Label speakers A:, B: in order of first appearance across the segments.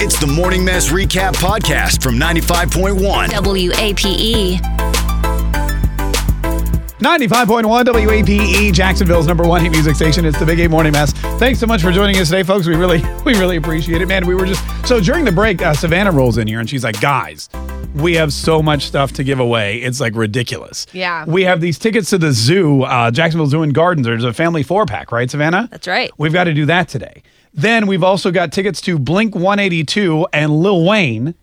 A: It's the Morning Mess Recap Podcast from 95.1.
B: WAPE.
C: 95.1 WAPE, E, Jacksonville's number one hit music station. It's the Big A Morning Mass. Thanks so much for joining us today, folks. We really, we really appreciate it, man. We were just so during the break, uh, Savannah rolls in here and she's like, "Guys, we have so much stuff to give away. It's like ridiculous.
D: Yeah.
C: we have these tickets to the zoo, uh, Jacksonville Zoo and Gardens. There's a family four pack, right, Savannah?
D: That's right.
C: We've got to do that today. Then we've also got tickets to Blink 182 and Lil Wayne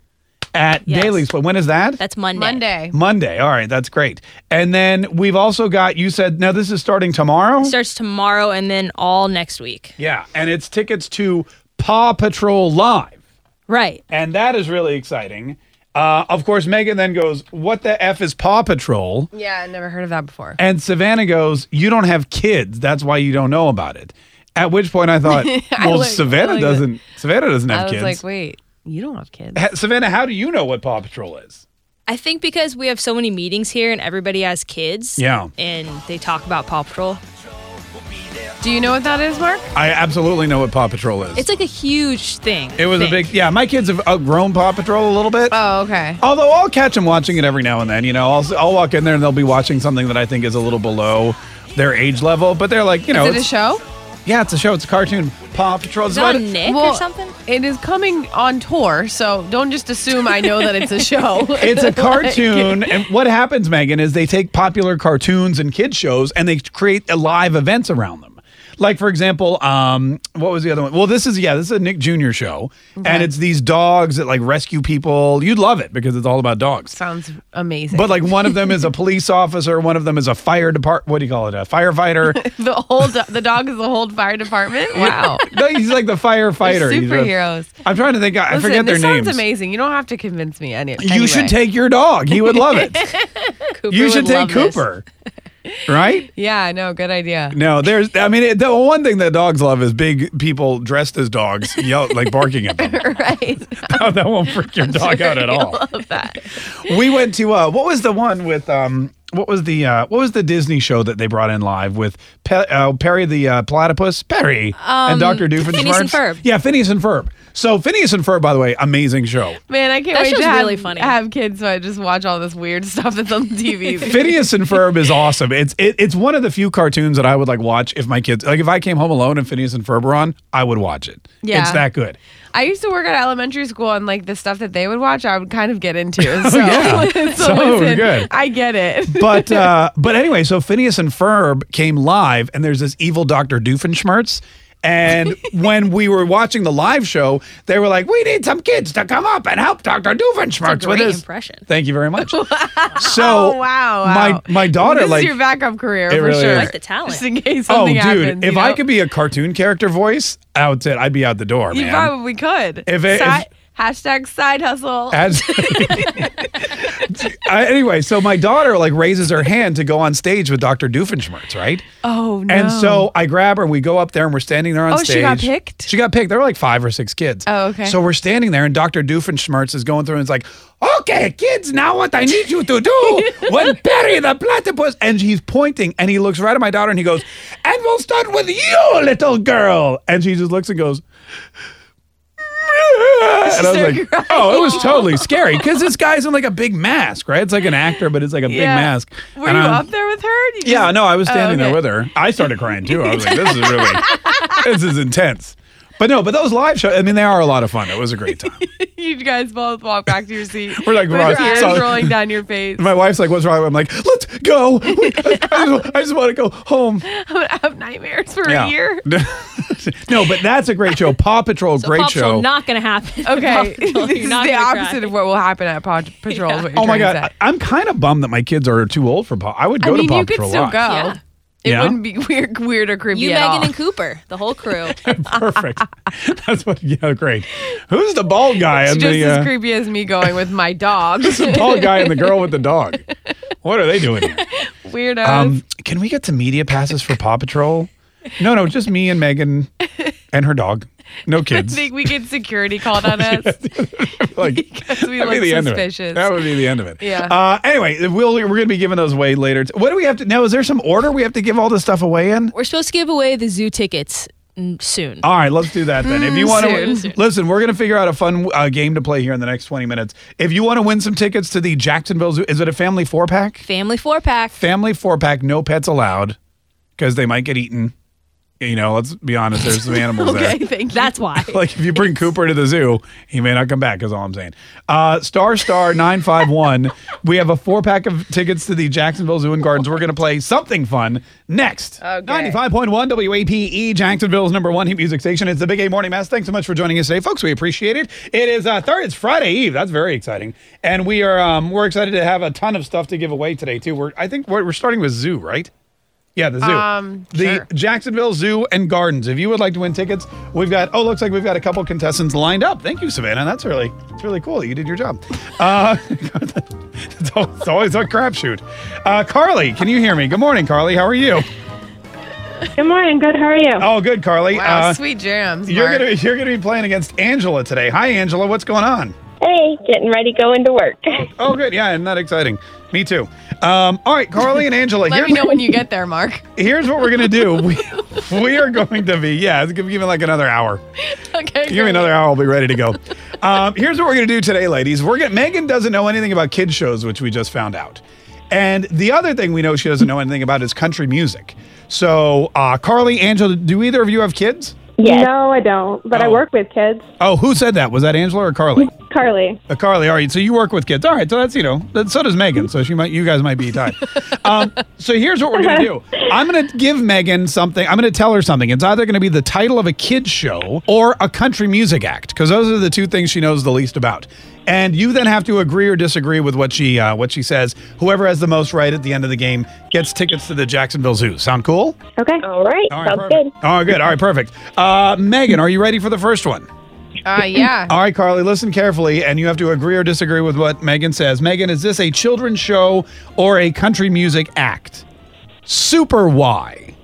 C: at
B: Yes.
C: Daly's. But when is that?
B: That's Monday.
D: Monday.
C: Monday. All right, that's great. And then we've also got you said now this is starting tomorrow.
B: Starts tomorrow and then all next week.
C: yeah, and it's tickets to Paw Patrol Live,
B: Right.
C: and that is really exciting. Uh, of course, Megan then goes, "What the f is Paw Patrol?"
D: Yeah, I never heard of that before.
C: And Savannah goes, "You don't have kids. That's why you don't know about it." At which point I thought, "Well,
D: like- I
C: Savannah
D: like that.
C: doesn't. Savannah doesn't
D: I
C: have
D: was
C: kids."
D: like, wait, you don't have kids.
C: Ha- Savannah, how do you know what Paw Patrol is?
B: I think because we have so many meetings here and everybody has kids.
C: Yeah.
B: And they talk about Paw Patrol.
D: Do you know what that is, Mark?
C: I absolutely know what Paw Patrol is.
B: It's like a huge thing.
C: it was a
B: thing.
C: big, yeah. My kids have outgrown Paw Patrol a little bit.
D: Oh, okay.
C: Although I'll catch them watching it every now and then, you know, I'll, I'll walk in there and they'll be watching something that I think is a little below their age level, but they're like, you know,
D: is it a
C: it's-
D: show?
C: yeah, it's a show, it's a cartoon, Paw Patrol.
B: Is
C: It's
B: it
C: about
B: on
C: a,
B: Nick or something?
D: It is coming on tour, so don't just assume I know that it's a show.
C: it's a cartoon, and what happens, Megan, is they take popular cartoons and kid shows and they create uh, live events around them. Like for example, um, what was the other one? Well, this is yeah, this is a Nick Jr. show, and it's these dogs that like rescue people. You'd love it because it's all about dogs.
D: Sounds amazing.
C: But like one of them is a police officer, one of them is a fire depart. What do you call it? A firefighter.
D: the whole do- the dog is the whole fire department. Wow.
C: no, he's like the firefighter.
D: They're
C: He's a-
D: superheroes.
C: I'm trying to think. I I
D: Listen,
C: forget their
D: this
C: names.
D: sounds amazing. You don't have to convince me. Any-
C: You
D: anyway.
C: should take your dog. He would love it.
D: Cooper
C: you
D: would
C: should take
D: love this.
C: Cooper. right?
D: Yeah, no, good idea.
C: No, there's. I mean, it, the one thing that dogs love is big people dressed as dogs, yell like barking at them.
D: right.
C: No, that won't freak your dog out at all.
D: Love that.
C: We went to uh, what was the one with um, what was the uh, what was the Disney show that they brought in live with Pe- uh, Perry the uh, platypus, Perry and Doctor Doofenshmirtz.
B: Um, Phineas and Ferb.
C: Yeah, Phineas and Ferb. So Phineas and Ferb, by the way, amazing show.
D: Man, I can't
B: That
D: wait to
B: show's
D: have,
B: really funny.
D: have kids so I just watch all this weird stuff that's on TV.
C: Phineas and Ferb is awesome. It's it, it's one of the few cartoons that I would like watch if my kids like if I came home alone and Phineas and Ferb were on, I would watch it.
D: Yeah.
C: it's that good.
D: I used to work at elementary school and like the stuff that they would watch I would kind of get into. So,
C: Oh, yeah.
D: so
C: So
D: listen,
C: good.
D: I get it.
C: But uh, but anyway, so Phineas and Ferb came live, and there's this evil Doctor Doofenshmirtz. And when we were watching the live show, they were like, "We need some kids to come up and help Doctor Doofenshmirtz
B: great
C: with his
B: impression.
C: Thank you very much. So
D: Oh wow, wow.
C: my my daughter
D: this
C: like
D: is your backup career
C: It
D: for
C: really
D: sure.
C: is.
B: Like the talent.
D: Just in case
C: oh
D: something
C: dude,
D: happens.
C: if
D: you
C: I
D: know?
C: could be a cartoon character voice, out it, I'd be out the door,
D: you
C: man.
D: probably could.
C: If it-
D: Side- hashtag side hustle.
C: As- I- anyway, so my daughter like raises her hand to go on stage with Dr. Doofenshmirtz, right?
D: oh no.
C: And so I grab her and we go up there and we're standing there on
D: Oh,
C: stage.
D: she got picked?
C: She got picked. There were like five or six kids.
D: Oh, okay.
C: So we're standing there and Dr. Doofenshmirtz is going through and it's like, okay, kids, now what I need you to do when Perry the platypus. And he's pointing and he looks right at my daughter and he goes, and we'll start with you, little girl. And she just looks and goes, and I was
D: started
C: like, oh, it was totally scary because this guy's in like a big mask, right? It's like an actor, but it's like a big
D: Yeah.
C: mask.
D: Were
C: And
D: you
C: I'm-
D: up there with her? You
C: yeah,
D: just-
C: no, I was
D: Oh,
C: standing
D: okay.
C: there with her. I started crying too. I was like, this is really, this is intense. But no, but those live shows, I mean, they are a lot of fun. It was a great time.
D: You guys both walk back to your seat.
C: We're like,
D: with
C: "Ross,
D: your eyes
C: sorry."
D: rolling down your face.
C: My wife's like, what's wrong? I'm like, let's go. We- I, just, I just want to go home.
D: I'm gonna have nightmares for a year.
C: no, but that's a great show. Paw Patrol, great
B: Paw Patrol
C: show.
B: not going to happen. Paw
D: Okay, this
B: Patrol,
D: is
B: you're not
D: the
B: gonna cry.
D: opposite of what will happen at Paw Patrol. is what you're
C: oh my
D: trying
C: God.
D: to say.
C: I, am kind of bummed that my kids are too old for Paw. I would
D: I
C: go
D: mean,
C: to Paw
D: you could
C: Patrol
D: still
C: Live.
D: go.
B: Yeah.
D: It
C: Yeah?
D: wouldn't be weird, weird or creepy
B: You,
D: at
B: Megan,
D: all.
B: and Cooper, the whole crew.
C: Perfect. That's what, yeah, great. Who's the bald guy?
D: It's
C: in
D: just
C: the,
D: as
C: uh,
D: creepy as me going with my dogs.
C: the bald guy and the girl with the dog. What are they doing here?
D: Weirdos.
C: Um, can we get to media passes for Paw Patrol? No, no, just me and Megan and her dog. No
D: I
C: kids.
D: think we get security called on us.
C: like,
D: because we
C: that'd be
D: look
C: the end of it.
D: suspicious.
C: That would be the end of it.
D: Yeah.
C: Uh, anyway, we'll, we're going to be giving those away later. What do we have to now? Is there some order we have to give all this stuff away in?
B: We're supposed to give away the zoo tickets n- soon.
C: All right, let's do that then. If
D: Mm,
C: you want
D: soon.
C: to
B: Soon.
C: listen, we're going to figure out a fun uh, game to play here in the next 20 minutes. If you want to win some tickets to the Jacksonville Zoo, is it a family four pack?
B: Family four pack.
C: Family four pack, no pets allowed, because they might get eaten. You know, let's be honest. There's some animals
D: Okay,
C: there.
D: thank you.
B: That's why.
C: Like if you bring Cooper to the zoo, he may not come back. Is all I'm saying. Uh, star star nine five one. We have a four pack of tickets to the Jacksonville Zoo and Gardens. We're going to play something fun next.
D: Okay.
C: Ninety five point one WAPe E, Jacksonville's number one hit music station. It's the Big A Morning Mass. Thanks so much for joining us today, folks. We appreciate it. It is uh, third. It's Friday Eve. That's very exciting, and we are um, we're excited to have a ton of stuff to give away today too. We're I think we're, we're starting with zoo, right? Yeah, the zoo.
D: Um,
C: the
D: sure.
C: Jacksonville Zoo and Gardens. If you would like to win tickets, we've got oh, looks like we've got a couple contestants lined up. Thank you, Savannah. That's really it's really cool. that You did your job. Uh, it's al- it's always a crapshoot. Uh, Carly, can you hear me? Good morning, Carly. How are you?
E: Good morning. Good. How are you?
C: Oh, good, Carly.
D: Wow,
C: Uh,
D: sweet jams.
C: you're
D: Mark.
C: gonna you're gonna be playing against Angela today. Hi, Angela. What's going on?
E: Hey, getting ready, going to work.
C: Oh, good. Yeah, isn't that exciting? Me too. Um, all right, Carly and Angela.
D: Let
C: here's
D: me know when you get there, Mark.
C: here's what we're gonna do. We, we are going to be yeah. It's gonna give me like another hour.
D: Okay.
C: Give me
D: great.
C: another hour. I'll be ready to go. Um, here's what we're gonna do today, ladies. We're gonna Megan doesn't know anything about kids shows, which we just found out. And the other thing we know she doesn't know anything about is country music. So, uh, Carly, Angela, do either of you have kids?
E: yes. No, I don't. But I
C: Oh.
E: work with kids.
C: Oh, who said that? Was that Angela or Carly?
E: Carly.
C: Uh, Carly, all right. So you work with kids, all right? So that's you know, that, so does Megan. So she might, you guys might be tied. um, so here's what we're gonna do. I'm gonna give Megan something. I'm gonna tell her something. It's either gonna be the title of a kids show or a country music act, because those are the two things she knows the least about. And you then have to agree or disagree with what she uh, what she says. Whoever has the most right at the end of the game gets tickets to the Jacksonville Zoo. Sound cool?
E: Okay. All right.
C: All right,
E: Sounds
C: perfect.
E: good.
C: All right, good. All right, perfect. Uh, Megan, are you ready for the first one?
D: Uh, yeah.
C: All right, Carly, listen carefully, and you have to agree or disagree with what Megan says. Megan, is this a children's show or a country music act? Super Y.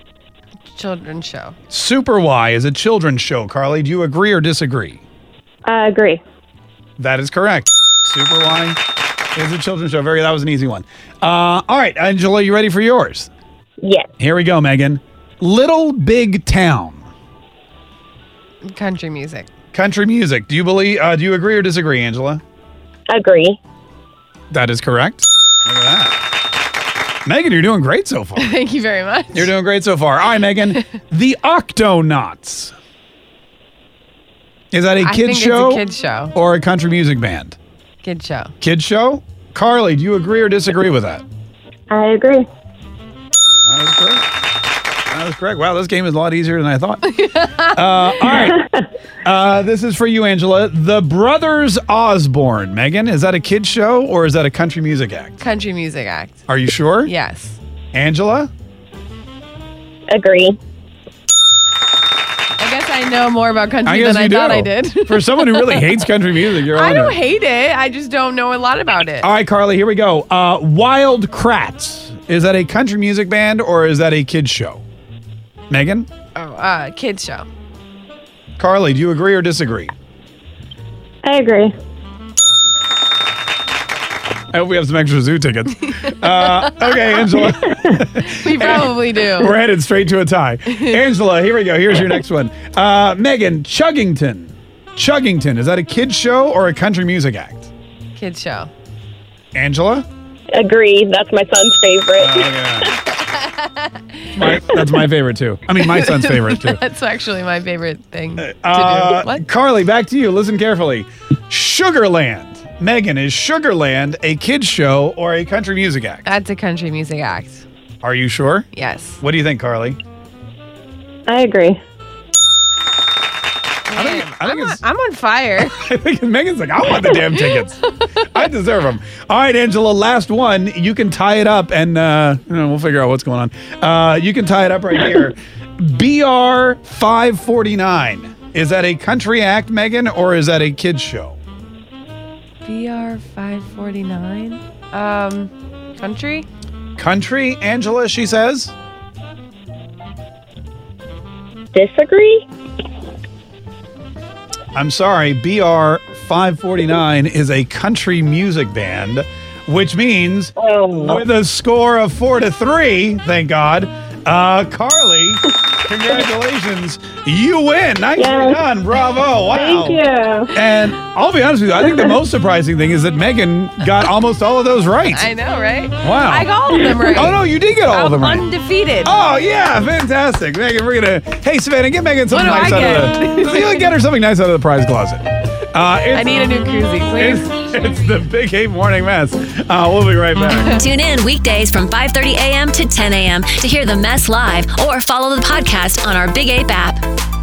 D: Children's show.
C: Super Y is a children's show, Carly. Do you agree or disagree?
E: I Uh, agree.
C: That is correct. Super Y is a children's show. Very, that was an easy one. Uh, all right, Angela, you ready for yours?
E: Yes.
C: Here we go, Megan. Little Big Town.
D: Country music.
C: Country music. Do you believe? Uh, do you agree or disagree, Angela?
E: Agree.
C: That is correct. Look at that. Megan, you're doing great so far.
D: Thank you very much.
C: You're doing great so far. All right, Megan. the Octonauts. Is that a
D: I
C: kid
D: think
C: show
D: It's a kid show.
C: or a country music band?
D: Kid show.
C: Kid show? Carly, do you agree or disagree with that?
E: I agree.
C: That was correct. That was correct. Wow, this game is a lot easier than I thought. uh, all right. Uh, this is for you, Angela. The Brothers Osborne. Megan, is that a kid show or is that a country music act?
D: Country music act.
C: Are you sure?
D: Yes.
C: Angela?
E: Agree.
D: I guess I know more about country than I
C: you
D: thought
C: do.
D: I did.
C: for someone who really hates country music, you're on
D: I
C: it.
D: don't hate it. I just don't know a lot about it.
C: All right, Carly, here we go. Uh, Wild Kratts. Is that a country music band or is that a kids show? Megan?
D: Oh, uh, kid show.
C: Carly, do you agree or disagree?
E: I agree.
C: I hope we have some extra zoo tickets. Uh, okay, Angela.
D: We probably do.
C: We're headed straight to a tie. Angela, here we go. Here's your next one. Uh, Megan, Chuggington. Chuggington. Is that a kids show or a country music act?
D: Kid show.
C: Angela?
E: Agree. That's my son's favorite.
C: Uh, My- that's my favorite, too. I mean, my son's favorite, too.
D: That's actually my favorite thing to do.
C: Uh,
D: What?
C: Carly, back to you. Listen carefully. Sugarland. Megan, is Sugarland a kids show or a country music act?
D: That's a country music act.
C: Are you sure?
D: Yes.
C: What do you think, Carly?
E: I agree.
C: I think, I think
D: I'm on,
C: it's,
D: I'm on fire.
C: I think Megan's like, I want the damn tickets. I deserve them. All right, Angela, last one. You can tie it up and uh, you know, we'll figure out what's going on. Uh, you can tie it up right here. BR 549. Is that a country act, Megan, or is that a kids show?
D: BR 549. Um, country?
C: Country, Angela, she says.
E: Disagree?
C: I'm sorry, BR 549 is a country music band, which means
E: Oh.
C: with a score of four to three, thank God, uh, Carly Congratulations. You win. Nicely
E: Yes.
C: done. Bravo. Wow.
E: Thank you.
C: And I'll be honest with you, I think the most surprising thing is that Megan got almost all of those right.
D: I know, right?
C: Wow.
D: I got all of them right.
C: Oh no, you did get all of them
D: I'm
C: right.
D: undefeated.
C: Oh yeah, fantastic, Megan. We're gonna. Hey Savannah, get Megan something
D: What do
C: nice
D: I
C: out of the. You'll get her something nice out of the prize closet. Uh, it's,
D: I need a new koozie,
C: It's,
D: please.
C: it's the Big Eight Morning Mess. Uh, we'll be right back.
B: Tune in weekdays from 5:30 a.m. to 10 a.m. to hear the mess live or follow the podcast on our Big Ape app.